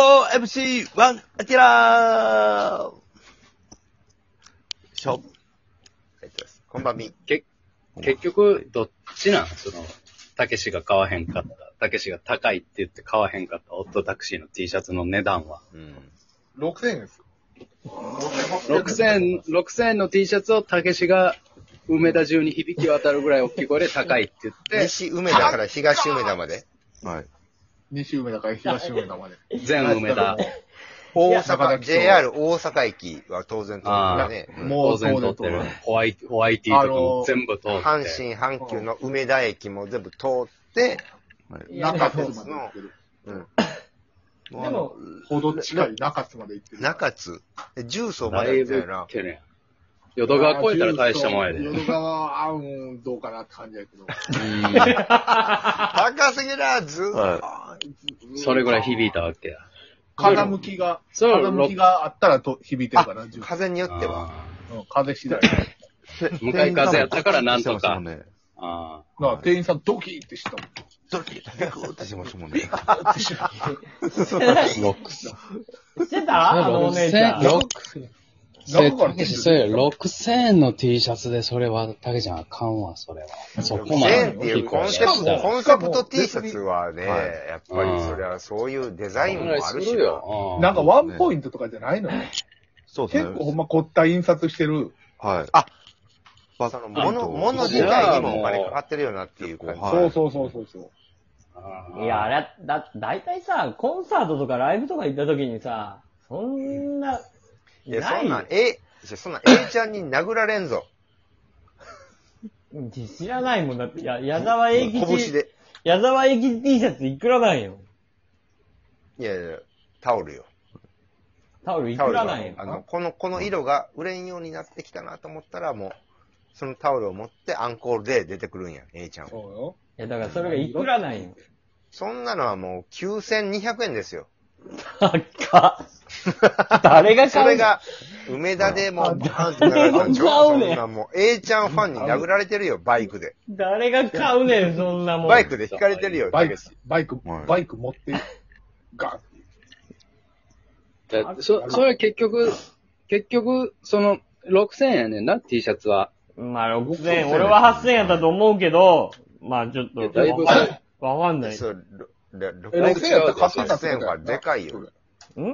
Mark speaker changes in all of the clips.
Speaker 1: 4MC1 アキラーしょ。ありがとうございますこんばんみ。
Speaker 2: 結局、どっちなんその、たけしが買わへんかった。たけしが高いって言って買わへんかった。オットタクシーの T シャツの値段は。
Speaker 1: うん。
Speaker 3: 6000円ですよ。
Speaker 2: 6000、6000円の T シャツをたけしが梅田中に響き渡るぐらい大きい声で高いって言って、
Speaker 4: 西梅田から東梅田まで。
Speaker 1: はい。
Speaker 3: 西梅田から東梅田まで。
Speaker 2: 全梅田。
Speaker 4: 大
Speaker 3: 中田
Speaker 4: 阪、
Speaker 3: 基地
Speaker 4: JR 大阪駅は当然通るよね。
Speaker 3: あー
Speaker 4: うん
Speaker 3: も
Speaker 2: 当然取ってる。ホワイト、ホワイティーとかも全部通って。
Speaker 4: 阪神、阪急の梅田駅も全部通って、
Speaker 3: 中津まで行ってる。
Speaker 4: もうあの
Speaker 3: ほど近い中津まで行ってる。
Speaker 4: 中津、え十層ま
Speaker 2: だ
Speaker 4: で
Speaker 2: い
Speaker 4: 行った
Speaker 2: ぶ
Speaker 4: よな。
Speaker 2: けるやん。淀川越えたら大したもんやで。う
Speaker 3: 淀川は、あうん、どうかなって感じやけど。
Speaker 2: ん
Speaker 4: 高すぎだ、ずーっ
Speaker 1: は
Speaker 2: それぐらい響いたわけや。
Speaker 3: 風向きが、
Speaker 2: そう
Speaker 3: 風向きがあったらと響いてるかな、
Speaker 4: と
Speaker 3: 重
Speaker 4: 風によっては。
Speaker 2: あ
Speaker 3: うん風次第。
Speaker 1: い。
Speaker 2: 向かい風やったからなん
Speaker 1: 店
Speaker 2: とか
Speaker 1: 員さんもね
Speaker 2: ーあ
Speaker 3: なあ、店員さんドキーってしたもん。
Speaker 1: ドキ ッとしましたもんね。
Speaker 2: ー。
Speaker 5: してたあのお姉ちゃん。
Speaker 3: 中から
Speaker 6: たけし、それ、6000円の T シャツで、それは、たけちゃんあかんわ、それは。そこま
Speaker 4: 全
Speaker 6: で
Speaker 4: っ。
Speaker 6: 大き
Speaker 4: てい
Speaker 6: いう
Speaker 4: コ
Speaker 6: 声
Speaker 4: ン
Speaker 6: 出
Speaker 4: セ
Speaker 6: し
Speaker 4: プ
Speaker 6: た
Speaker 4: ト、
Speaker 6: ら。
Speaker 4: コンセプト T シャツはね、
Speaker 1: はい
Speaker 4: やっぱりそれはそういうデザインもあるし
Speaker 2: する
Speaker 4: な。
Speaker 2: よ。
Speaker 3: なんかワンポイントとかじゃないのね。
Speaker 1: そうです
Speaker 3: 結
Speaker 1: ね。
Speaker 3: 構ほんま凝った印刷してる。
Speaker 1: はい。
Speaker 4: あ
Speaker 1: バ
Speaker 4: その
Speaker 1: ッグ
Speaker 4: 物、
Speaker 1: と
Speaker 4: 物自体にもお金かかってるよなっていう感じ。
Speaker 1: はい
Speaker 3: そうそうそうそうそう。
Speaker 2: うん
Speaker 5: いや、あれ、だ、だいたいさ、コンサートとかライブとか行った時にさ、そんな、
Speaker 4: いや、
Speaker 5: な
Speaker 4: そんなん
Speaker 5: い、
Speaker 4: え、そんなん、A ちゃんに殴られんぞ。
Speaker 5: 知らないもんだって、や、矢沢永
Speaker 4: 拳
Speaker 5: 吉、
Speaker 4: で。
Speaker 5: 矢沢永吉 T シャツいくらなんよ。
Speaker 4: いやいや、タオルよ。
Speaker 5: タオルい
Speaker 4: タオ
Speaker 5: く
Speaker 4: ル
Speaker 5: ら
Speaker 4: が
Speaker 5: なんよ。
Speaker 4: あの、この、この色が売れんようになってきたなと思ったら、もう、そのタオルを持ってアンコールで出てくるんや、A ちゃん
Speaker 3: そ
Speaker 4: は。
Speaker 3: うよ。
Speaker 5: いや、だからそれがいくらなんよ。
Speaker 4: そんなのはもう9200円ですよ。
Speaker 5: 高 っ。誰が買
Speaker 4: そうれ
Speaker 5: の
Speaker 4: が、梅田でもうバーンって流れたんちゃうそんなもう、A ちゃんファンに殴られてるよ、バイクで。
Speaker 5: 誰が買うねん、そんなもん。
Speaker 4: バイクで引かれてるよ、
Speaker 3: バ
Speaker 4: た
Speaker 3: イ
Speaker 4: け
Speaker 3: ク
Speaker 4: し。、
Speaker 3: バイク
Speaker 1: はい、
Speaker 3: バイク持って、ガン。
Speaker 2: だそ、それは結局、結局、その、6000円やねんな、T シャツは。
Speaker 5: まあ6000円、俺は8000円やったと思うけど、まあちょっと、
Speaker 2: だいぶ
Speaker 5: わかんわかんない。
Speaker 4: そう、ろろ
Speaker 3: え、
Speaker 2: バイ
Speaker 3: 6000
Speaker 2: ク
Speaker 3: 円やったら買ってたって
Speaker 4: 6000円
Speaker 3: ことや
Speaker 4: は
Speaker 3: んな
Speaker 4: でかいよ。
Speaker 5: ん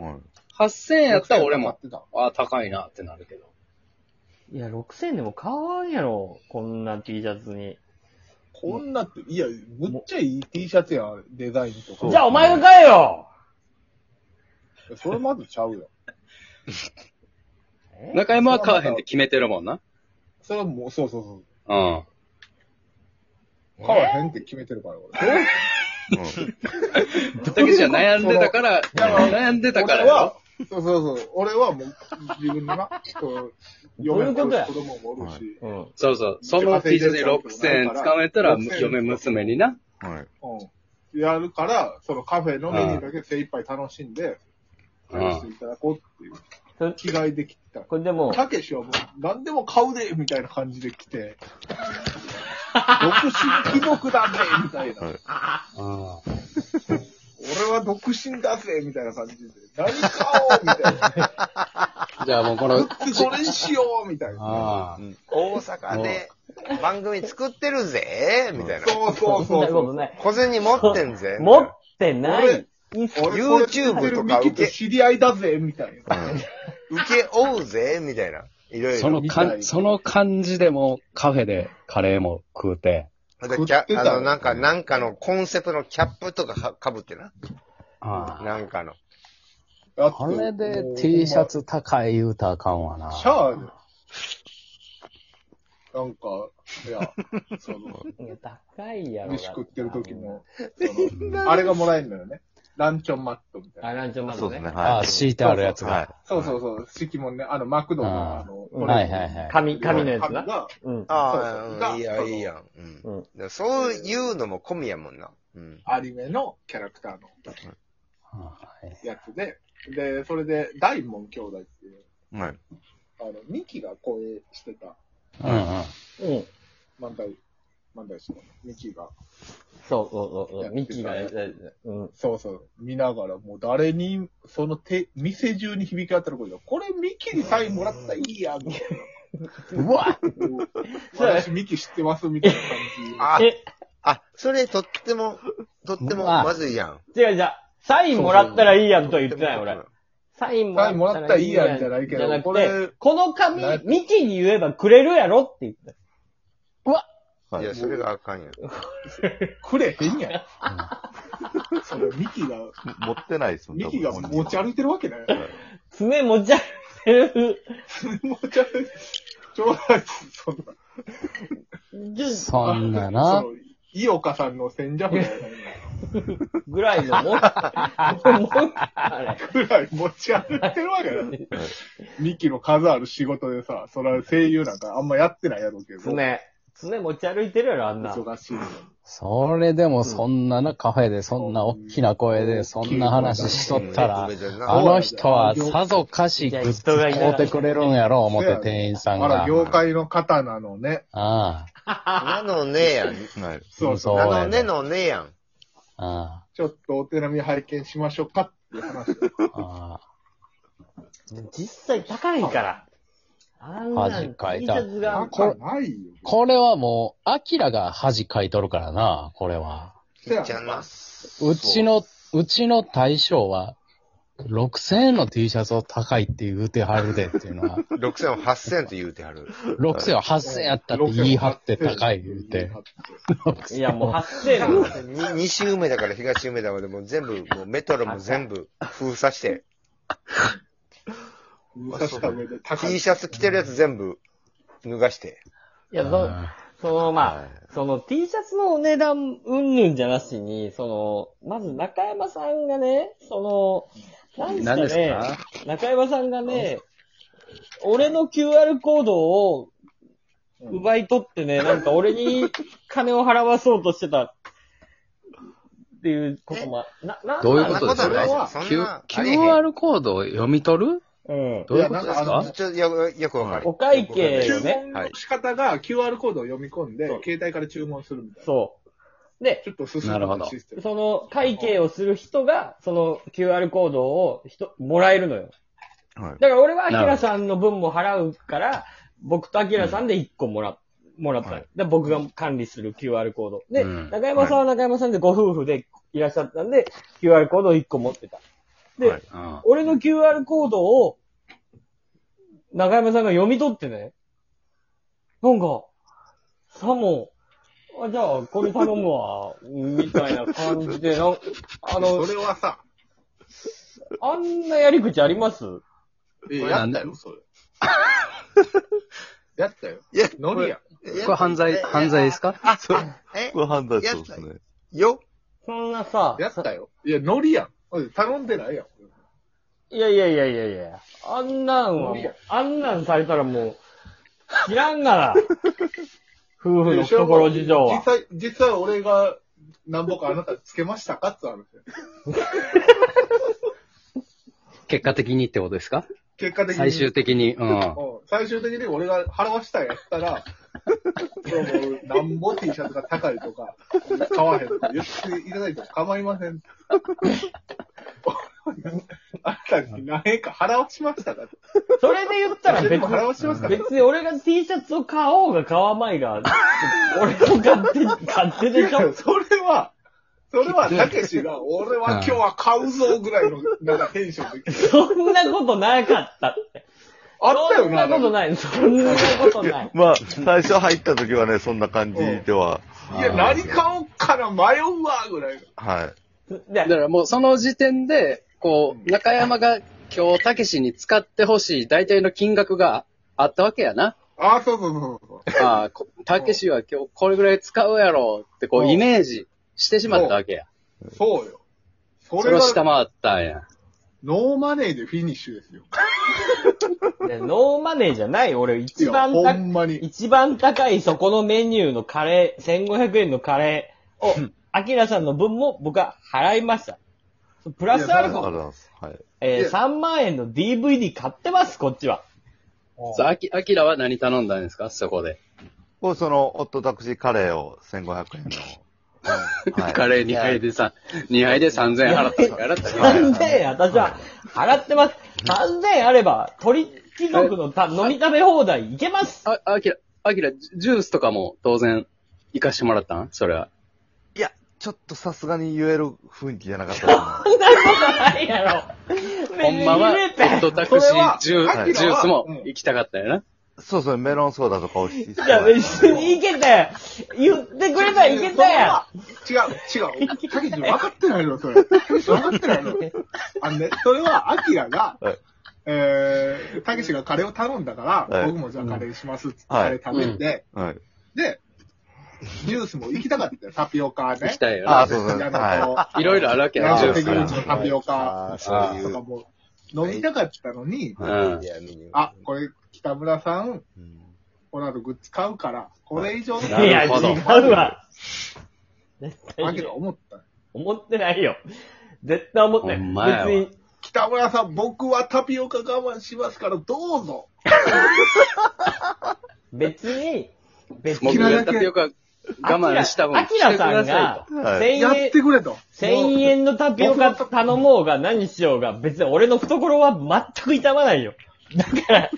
Speaker 1: はい
Speaker 2: 8000円やったら俺も、
Speaker 3: 6000円買ってた
Speaker 2: ああ、高いなってなるけど。
Speaker 5: いや、6000でも買わんやろ。こんな T シャツに。
Speaker 3: こんなって、いや、むっちゃいい T シャツやん、デザインとか。
Speaker 5: じゃあお前が買えよ
Speaker 3: それまずちゃうよ。
Speaker 2: 中山は買わへんって決めてるもんな。
Speaker 3: それはもう、そうそうそう。
Speaker 2: うん。
Speaker 3: 買わへんって決めてるから、俺。
Speaker 1: うん
Speaker 2: たけしは悩んでたから、悩んでたから
Speaker 3: 俺
Speaker 2: や
Speaker 3: は
Speaker 2: ろ。、
Speaker 3: そうそうそう。俺はもう、自分のな、そう、
Speaker 5: どういうこと
Speaker 3: 嫁
Speaker 5: や
Speaker 3: と子供もおるし、
Speaker 5: うん。
Speaker 2: そうそう。その T シャツで6000円掴めたら、嫁娘にな。
Speaker 1: はい。
Speaker 3: うん。やるから、そのカフェのメニューだけ精一杯楽しんで、
Speaker 2: うん
Speaker 3: 楽していただこうっていう。
Speaker 5: それ
Speaker 3: 着替えできた。
Speaker 5: これでも、
Speaker 3: たけしはもう、何でも買うで、みたいな感じで来て、独身貴族だぜ、みたいな。
Speaker 2: あ
Speaker 3: 俺は独身だぜ、みたいな感じで。何買おう、みたいな。
Speaker 2: あじゃあもうこの、
Speaker 3: それにしようみたいな。
Speaker 2: ああ。
Speaker 4: 大阪で番組作ってるぜ、みたいな。
Speaker 3: そうそう
Speaker 5: そん
Speaker 3: そう
Speaker 5: な
Speaker 3: そ
Speaker 5: こ
Speaker 3: う。
Speaker 5: とない。
Speaker 4: 小銭持ってんぜ。
Speaker 5: 持ってない。いいっす
Speaker 3: 俺
Speaker 4: YouTube とか受
Speaker 3: ミキ
Speaker 4: け
Speaker 3: と知り合いだぜ、みたいな。
Speaker 4: 受け負うぜ、みたいな。いろい
Speaker 6: そ
Speaker 4: ろ。
Speaker 6: のかん、その感じでも、カフェでカレーも食うて。
Speaker 4: またキャ
Speaker 3: 食ってた
Speaker 4: あ
Speaker 3: よ
Speaker 4: の、なんか、なんかのコンセプトのキャップとかかかぶってな。
Speaker 6: あ
Speaker 4: なんかの。
Speaker 3: あ
Speaker 6: あれで T シャ。ツ高い言うたらあかんわな。
Speaker 3: シャアで。なんか、いや、その、
Speaker 5: いや高いやろ。
Speaker 3: 飯食ってる時の、その、あれがもらえるのよね。ランチョンマットみたいな。
Speaker 5: あ、ランチョンマッ
Speaker 1: そ
Speaker 5: ト
Speaker 1: うですね。
Speaker 5: ね。
Speaker 6: あ
Speaker 1: は
Speaker 6: あ、
Speaker 1: い。
Speaker 6: 敷いてあるやつ
Speaker 1: はい
Speaker 6: が。。
Speaker 3: そうそうそう、敷物ね、あの、マクドの、
Speaker 6: ああ
Speaker 3: あの、
Speaker 5: うん
Speaker 6: はいはいはい。
Speaker 5: 紙、紙のやつ
Speaker 3: 紙
Speaker 5: な。
Speaker 3: が、
Speaker 5: うん。
Speaker 3: あ
Speaker 4: あ
Speaker 3: あ
Speaker 4: あ、いいやん、いいやん。
Speaker 5: う
Speaker 4: うんんだからそういうのも込みやもんな。うん。
Speaker 3: アニメのキャラクターの
Speaker 6: はい
Speaker 3: やつで、で、それで、大門兄弟っていう、
Speaker 1: はい。
Speaker 3: あの、ミキが声してた
Speaker 6: うんうん。
Speaker 5: うん。
Speaker 3: 漫才漫才師のミキが。
Speaker 5: そうそうそうそう、ミッキーが
Speaker 3: や
Speaker 5: や
Speaker 3: っ
Speaker 5: っててうん。
Speaker 3: そうそう、見ながら、もう誰に、その手、店中に響き当たる声が、これミキにサインもらったらいいやん。みたいな
Speaker 5: うわ
Speaker 3: もう私ミキ知ってますみたいな感
Speaker 4: あ、
Speaker 5: え、
Speaker 4: あ、それとっても、とってもまずいやん。
Speaker 5: 違う違う。サインもらったらいいやんとは言ってない、俺。サインもらっ
Speaker 3: サ
Speaker 5: たらいいやん
Speaker 3: インもらったらいいやんじ
Speaker 5: じ
Speaker 3: ゃ
Speaker 5: ゃ
Speaker 3: ないけど
Speaker 5: なくて、
Speaker 3: こ
Speaker 5: こ
Speaker 3: れ
Speaker 5: の紙
Speaker 3: な、
Speaker 5: ミキに言えばくれるやろって言った。
Speaker 4: いや、それがあかんやん。
Speaker 3: じ。くれへんやん。それミキが、
Speaker 7: 持ってないですもん、
Speaker 3: ミキが
Speaker 7: 多分
Speaker 3: 持ち歩いてるわけだよ。
Speaker 5: 爪持ち歩いてる。
Speaker 3: 持ち歩いて、ちょうだい、そんな。
Speaker 2: そんなな
Speaker 3: そ。う井岡さんの戦者みたいな
Speaker 5: ぐらいのもん、もんあれ。
Speaker 3: ぐらい持ち歩いてるわけだよ。ミキの数ある仕事でさ、そら声優なんかあんまやってないやろうけど。
Speaker 5: 爪。爪持ち歩いてるやろ、あんな。
Speaker 3: 忙しいのに。
Speaker 2: それでもそんなな、カフェでそんな大きな声でそんな話しとったら
Speaker 4: め、ちゃめちゃ
Speaker 2: あ
Speaker 4: な
Speaker 2: の人はさぞかしグッズ買うてくれるんやろ、思って店員さん
Speaker 3: あら、
Speaker 2: が。
Speaker 3: 業界の方なのね。
Speaker 2: あ
Speaker 4: なのねやん。
Speaker 7: はい。
Speaker 3: そうそう。
Speaker 4: なのねのねやん。
Speaker 2: あ、あ
Speaker 3: ちょっとお手並み拝見しましょうかっていう話。
Speaker 2: あ、あ
Speaker 5: 実際高いから。あんなん
Speaker 2: 恥かいた
Speaker 5: T シャツが
Speaker 3: 高ないよ。
Speaker 2: これはもう、アキラが恥かいとるからな、これは。
Speaker 3: せや
Speaker 4: じゃ
Speaker 3: な
Speaker 4: な。
Speaker 2: うちの、うちの大将は、6000円の T シャツを高いって言うてはるでっていうのは、
Speaker 4: 6000を8000と言うてはる。
Speaker 2: 6000円は8000円やったって言い張って高い言うて。
Speaker 5: いや、もう8000円なんですよ。
Speaker 4: に西梅田から東梅田までもう全部、もうメトロも全部封鎖して、
Speaker 3: 昔した上で高
Speaker 4: T
Speaker 3: い。
Speaker 4: シャツ着てるやつ全部脱がして。
Speaker 5: いや、そ、その、まあ、その T シャツのお値段、うんぬんじゃなしに、その、まず中山さんがね、その、なんですか
Speaker 8: 何
Speaker 5: ね、
Speaker 8: ですか
Speaker 5: 中山さんがね、俺の QR コードを奪い取ってね、なんか俺に金を払わそうとしてたっていうことも、な、な
Speaker 2: どういう
Speaker 4: そんな
Speaker 2: こと
Speaker 4: こ
Speaker 2: です
Speaker 4: とない
Speaker 2: か
Speaker 4: じゃん。そん
Speaker 2: Q-
Speaker 4: な、ありえへん
Speaker 2: ?QR コードを読み取る
Speaker 5: うん。
Speaker 2: どういうこと
Speaker 3: い
Speaker 2: で
Speaker 3: や
Speaker 2: す
Speaker 3: なんかあ
Speaker 2: か
Speaker 3: の
Speaker 4: ちょっとよよくわかる。
Speaker 5: お会計
Speaker 3: 注
Speaker 5: をね、
Speaker 3: 文の仕方が QR コードを読み込んで、携帯から注文するみたいな。
Speaker 5: そう。で
Speaker 3: ち、ょっと進むシステム。
Speaker 5: その会計をする人が、その QR コードを人もらえるのよ。
Speaker 7: はい。
Speaker 5: だから俺はアキラさんの分も払うから、僕とアキラさんで1個もらっもらったの、
Speaker 7: はい
Speaker 5: で、僕が管理する QR コード。で、
Speaker 2: うん
Speaker 5: 中山さんは中山さんでご夫婦でいらっしゃったんで、QR コードを1個持ってた。で、
Speaker 7: はい
Speaker 8: うん。
Speaker 5: 俺の QR コードを、中山さんが読み取ってね、なんか、さも、あじゃあ、これ頼むわ、みたいな感じで、なんあの
Speaker 3: そ、れはさ、
Speaker 5: あんなやり口あります
Speaker 3: え
Speaker 2: これな
Speaker 3: や
Speaker 2: ん
Speaker 3: った
Speaker 2: だ
Speaker 3: よ、 それ。やったよ。
Speaker 4: いや、
Speaker 3: ノリや。
Speaker 2: これ犯罪、犯罪ですか
Speaker 7: そう。
Speaker 4: え
Speaker 7: これ判断そうですね。
Speaker 4: よ
Speaker 5: そんなさ、
Speaker 3: やったよ。いや、ノリやん。おい頼んでないやん。
Speaker 5: いやいやいやいやいや、あんなんはもう、あんなんされたらもう、知らん がな。夫婦の懐事情
Speaker 3: 実
Speaker 5: は。
Speaker 3: 際、実際俺が、なんぼかあなたつけましたかって話だよ
Speaker 2: 結果的にってことですか
Speaker 3: 結果的に。
Speaker 2: 最終的に。うん。
Speaker 3: うん最終的に俺が払わしたんやったら、 そのなんぼ T シャツが高いとか、買わへんとか言っていただいても構いません。あなたに何円か払わしましたか
Speaker 5: それで言ったら別
Speaker 3: 全部払わしました
Speaker 5: に、別に俺が T シャツを買おうが買わまいが、俺の勝手、勝手でし ょ
Speaker 3: それは、それは、たけしが、俺は今日は買うぞぐらいの、なんかテンションで。
Speaker 5: そんなことなかったって。
Speaker 3: あったよな、
Speaker 5: そんなこと
Speaker 3: い。
Speaker 5: ない。そんなことない。
Speaker 7: まあ、最初入った時はね、そんな感じでは、
Speaker 3: いや、何買おうかな、迷うわ、ぐらいの。
Speaker 7: はい。
Speaker 5: で
Speaker 2: だからもうその時点で、こう、中山が今日、たけしに使ってほしい大体の金額があったわけや な。
Speaker 3: あ、そうそうそうそう。
Speaker 2: ああ、こたけしは今日これぐらい使うやろうって、こ
Speaker 3: う
Speaker 2: う、
Speaker 3: ん
Speaker 2: イメージしてしまったわけや。
Speaker 3: そうよ。そ
Speaker 2: そ
Speaker 3: れ
Speaker 2: れを
Speaker 3: は、
Speaker 2: 下回ったんや。
Speaker 3: ノーマネーでフィニッシュですよ。
Speaker 5: でノーマネーじゃない。俺一番
Speaker 3: いや
Speaker 5: 高
Speaker 3: ほんまに
Speaker 5: い、一番高いそこのメニューのカレー、1500円のカレーを、アキラさんの分も僕は払いました。プラスアルフ
Speaker 7: ありがとう
Speaker 5: ァ、
Speaker 7: ございます。はい。
Speaker 5: え
Speaker 3: い
Speaker 5: ー、
Speaker 3: や
Speaker 5: 3万円の DVD 買ってます、こっちは。
Speaker 2: そう、あき、あきらは何頼んだんですかそこで。
Speaker 4: こうその、オットタクシーカレーを1500円の。はい
Speaker 2: カレー2杯でさ、2杯で3000円払ったとか払ったよ
Speaker 4: はい
Speaker 5: 3000円、私は払ってます。3000円あれば、鳥貴族のた飲み食べ放題いけます。
Speaker 6: あ、あきら、
Speaker 2: アキラ、ジジュースとかも当然、行かしてもらったんそれは。
Speaker 4: いや、ちょっとさすがに言える雰囲気じゃなかったか
Speaker 5: そんなことないやろ。
Speaker 2: ほんまは、
Speaker 5: め
Speaker 2: ホ
Speaker 5: めめ
Speaker 2: ットタクシ
Speaker 3: それ
Speaker 2: ー、
Speaker 3: は
Speaker 2: ジュ
Speaker 3: アキラは
Speaker 2: ージュースも
Speaker 3: うん
Speaker 2: 行きたかったよな。
Speaker 4: な。そうそう、メロンソーダとか美味しい。
Speaker 5: じゃあ別に行けたやん。言ってくれたらいけたや
Speaker 3: 違う、違う。たけし分かってないの、それ。たけし分かってないの。あのね、それは、アキラが
Speaker 4: はい、
Speaker 3: えー、たけしがカレーを頼んだから、
Speaker 4: はい
Speaker 3: 僕もじゃあカレーしますっつって、カ
Speaker 4: は
Speaker 3: レ
Speaker 4: い
Speaker 3: ー食べて、
Speaker 4: はい。
Speaker 3: で、ジュースも行きたかったよ、タピオカ
Speaker 2: 行き
Speaker 3: ね。
Speaker 2: たいよ
Speaker 4: あ
Speaker 2: な
Speaker 4: あ、。そうそう。
Speaker 3: あの
Speaker 4: はい
Speaker 2: ろいろあるわけ
Speaker 3: い
Speaker 2: や
Speaker 3: や
Speaker 2: な、ジュー
Speaker 3: ペ
Speaker 2: ス
Speaker 3: グ
Speaker 2: か
Speaker 3: ル
Speaker 2: ら
Speaker 3: ーチ。のタピオカ
Speaker 4: あーそうい
Speaker 3: とか
Speaker 4: う。
Speaker 3: も飲みたかったのに、
Speaker 2: うん
Speaker 4: いやメニュー
Speaker 3: あ、これ北村さん、
Speaker 4: うん
Speaker 3: この後グッズ買うから、これ以上の
Speaker 5: ん。いや、
Speaker 2: なるほど
Speaker 5: 違うわ。絶対
Speaker 3: アキ
Speaker 5: 違う
Speaker 3: ラ思った。
Speaker 5: 思ってないよ。絶対思ってない。
Speaker 2: ほんまやわ
Speaker 5: 別に、
Speaker 3: 北村さん、僕はタピオカ我慢しますから、どうぞ。
Speaker 5: 別に、別
Speaker 2: 僕
Speaker 5: に。
Speaker 3: 嫌い
Speaker 2: がタピオカ我慢した分、
Speaker 5: アキラアキラ
Speaker 2: し
Speaker 5: さん
Speaker 2: てくだ
Speaker 5: が
Speaker 2: さ、
Speaker 4: はい
Speaker 5: 1000
Speaker 3: やっ
Speaker 5: 円
Speaker 3: て、くれと。
Speaker 5: 千円のタピオカ頼もうが何しようが、別に俺の懐は全く痛まないよ。だから、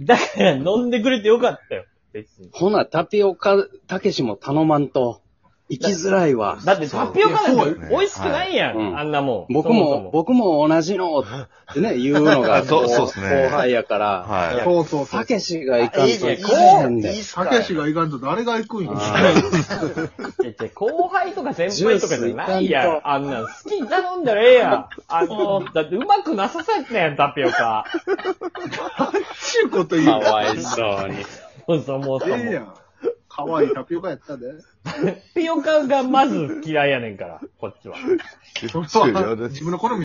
Speaker 5: だから飲んでくれてよかったよ。別に
Speaker 2: い。とほな、タピオカ、たけしも頼まんと、行きづらいわ。
Speaker 5: だってタピオカなんて
Speaker 4: ね
Speaker 5: 美味しくないやん、
Speaker 2: はいうん
Speaker 5: あんなもん。
Speaker 2: 僕
Speaker 5: そ
Speaker 2: も、
Speaker 5: そ
Speaker 2: 僕も同じのってね、言うのが、
Speaker 4: あ そうそうっすね
Speaker 2: 後輩やから、
Speaker 4: はい
Speaker 2: や
Speaker 3: そうそうそ
Speaker 2: た
Speaker 3: う。
Speaker 2: けしが行かんと行かへんで。
Speaker 3: たけしがいかんと誰が行くんよ。
Speaker 5: いやいや後輩とか先輩とかじゃない
Speaker 2: ジュースい
Speaker 5: や
Speaker 2: かん
Speaker 5: ん。あんなん好きに頼んだらええやん。あの、だってうまくなさそうやったやん、タピオカ。
Speaker 3: ちゅうこと言
Speaker 2: か
Speaker 3: うよ。
Speaker 2: わいそうに。
Speaker 5: そもそも。
Speaker 3: ええやん。かわいいタピオカやったで。
Speaker 5: タピオカがまず嫌いやねんから、こっちは。
Speaker 3: それ
Speaker 4: 終了
Speaker 3: は
Speaker 4: です
Speaker 3: 自分の好み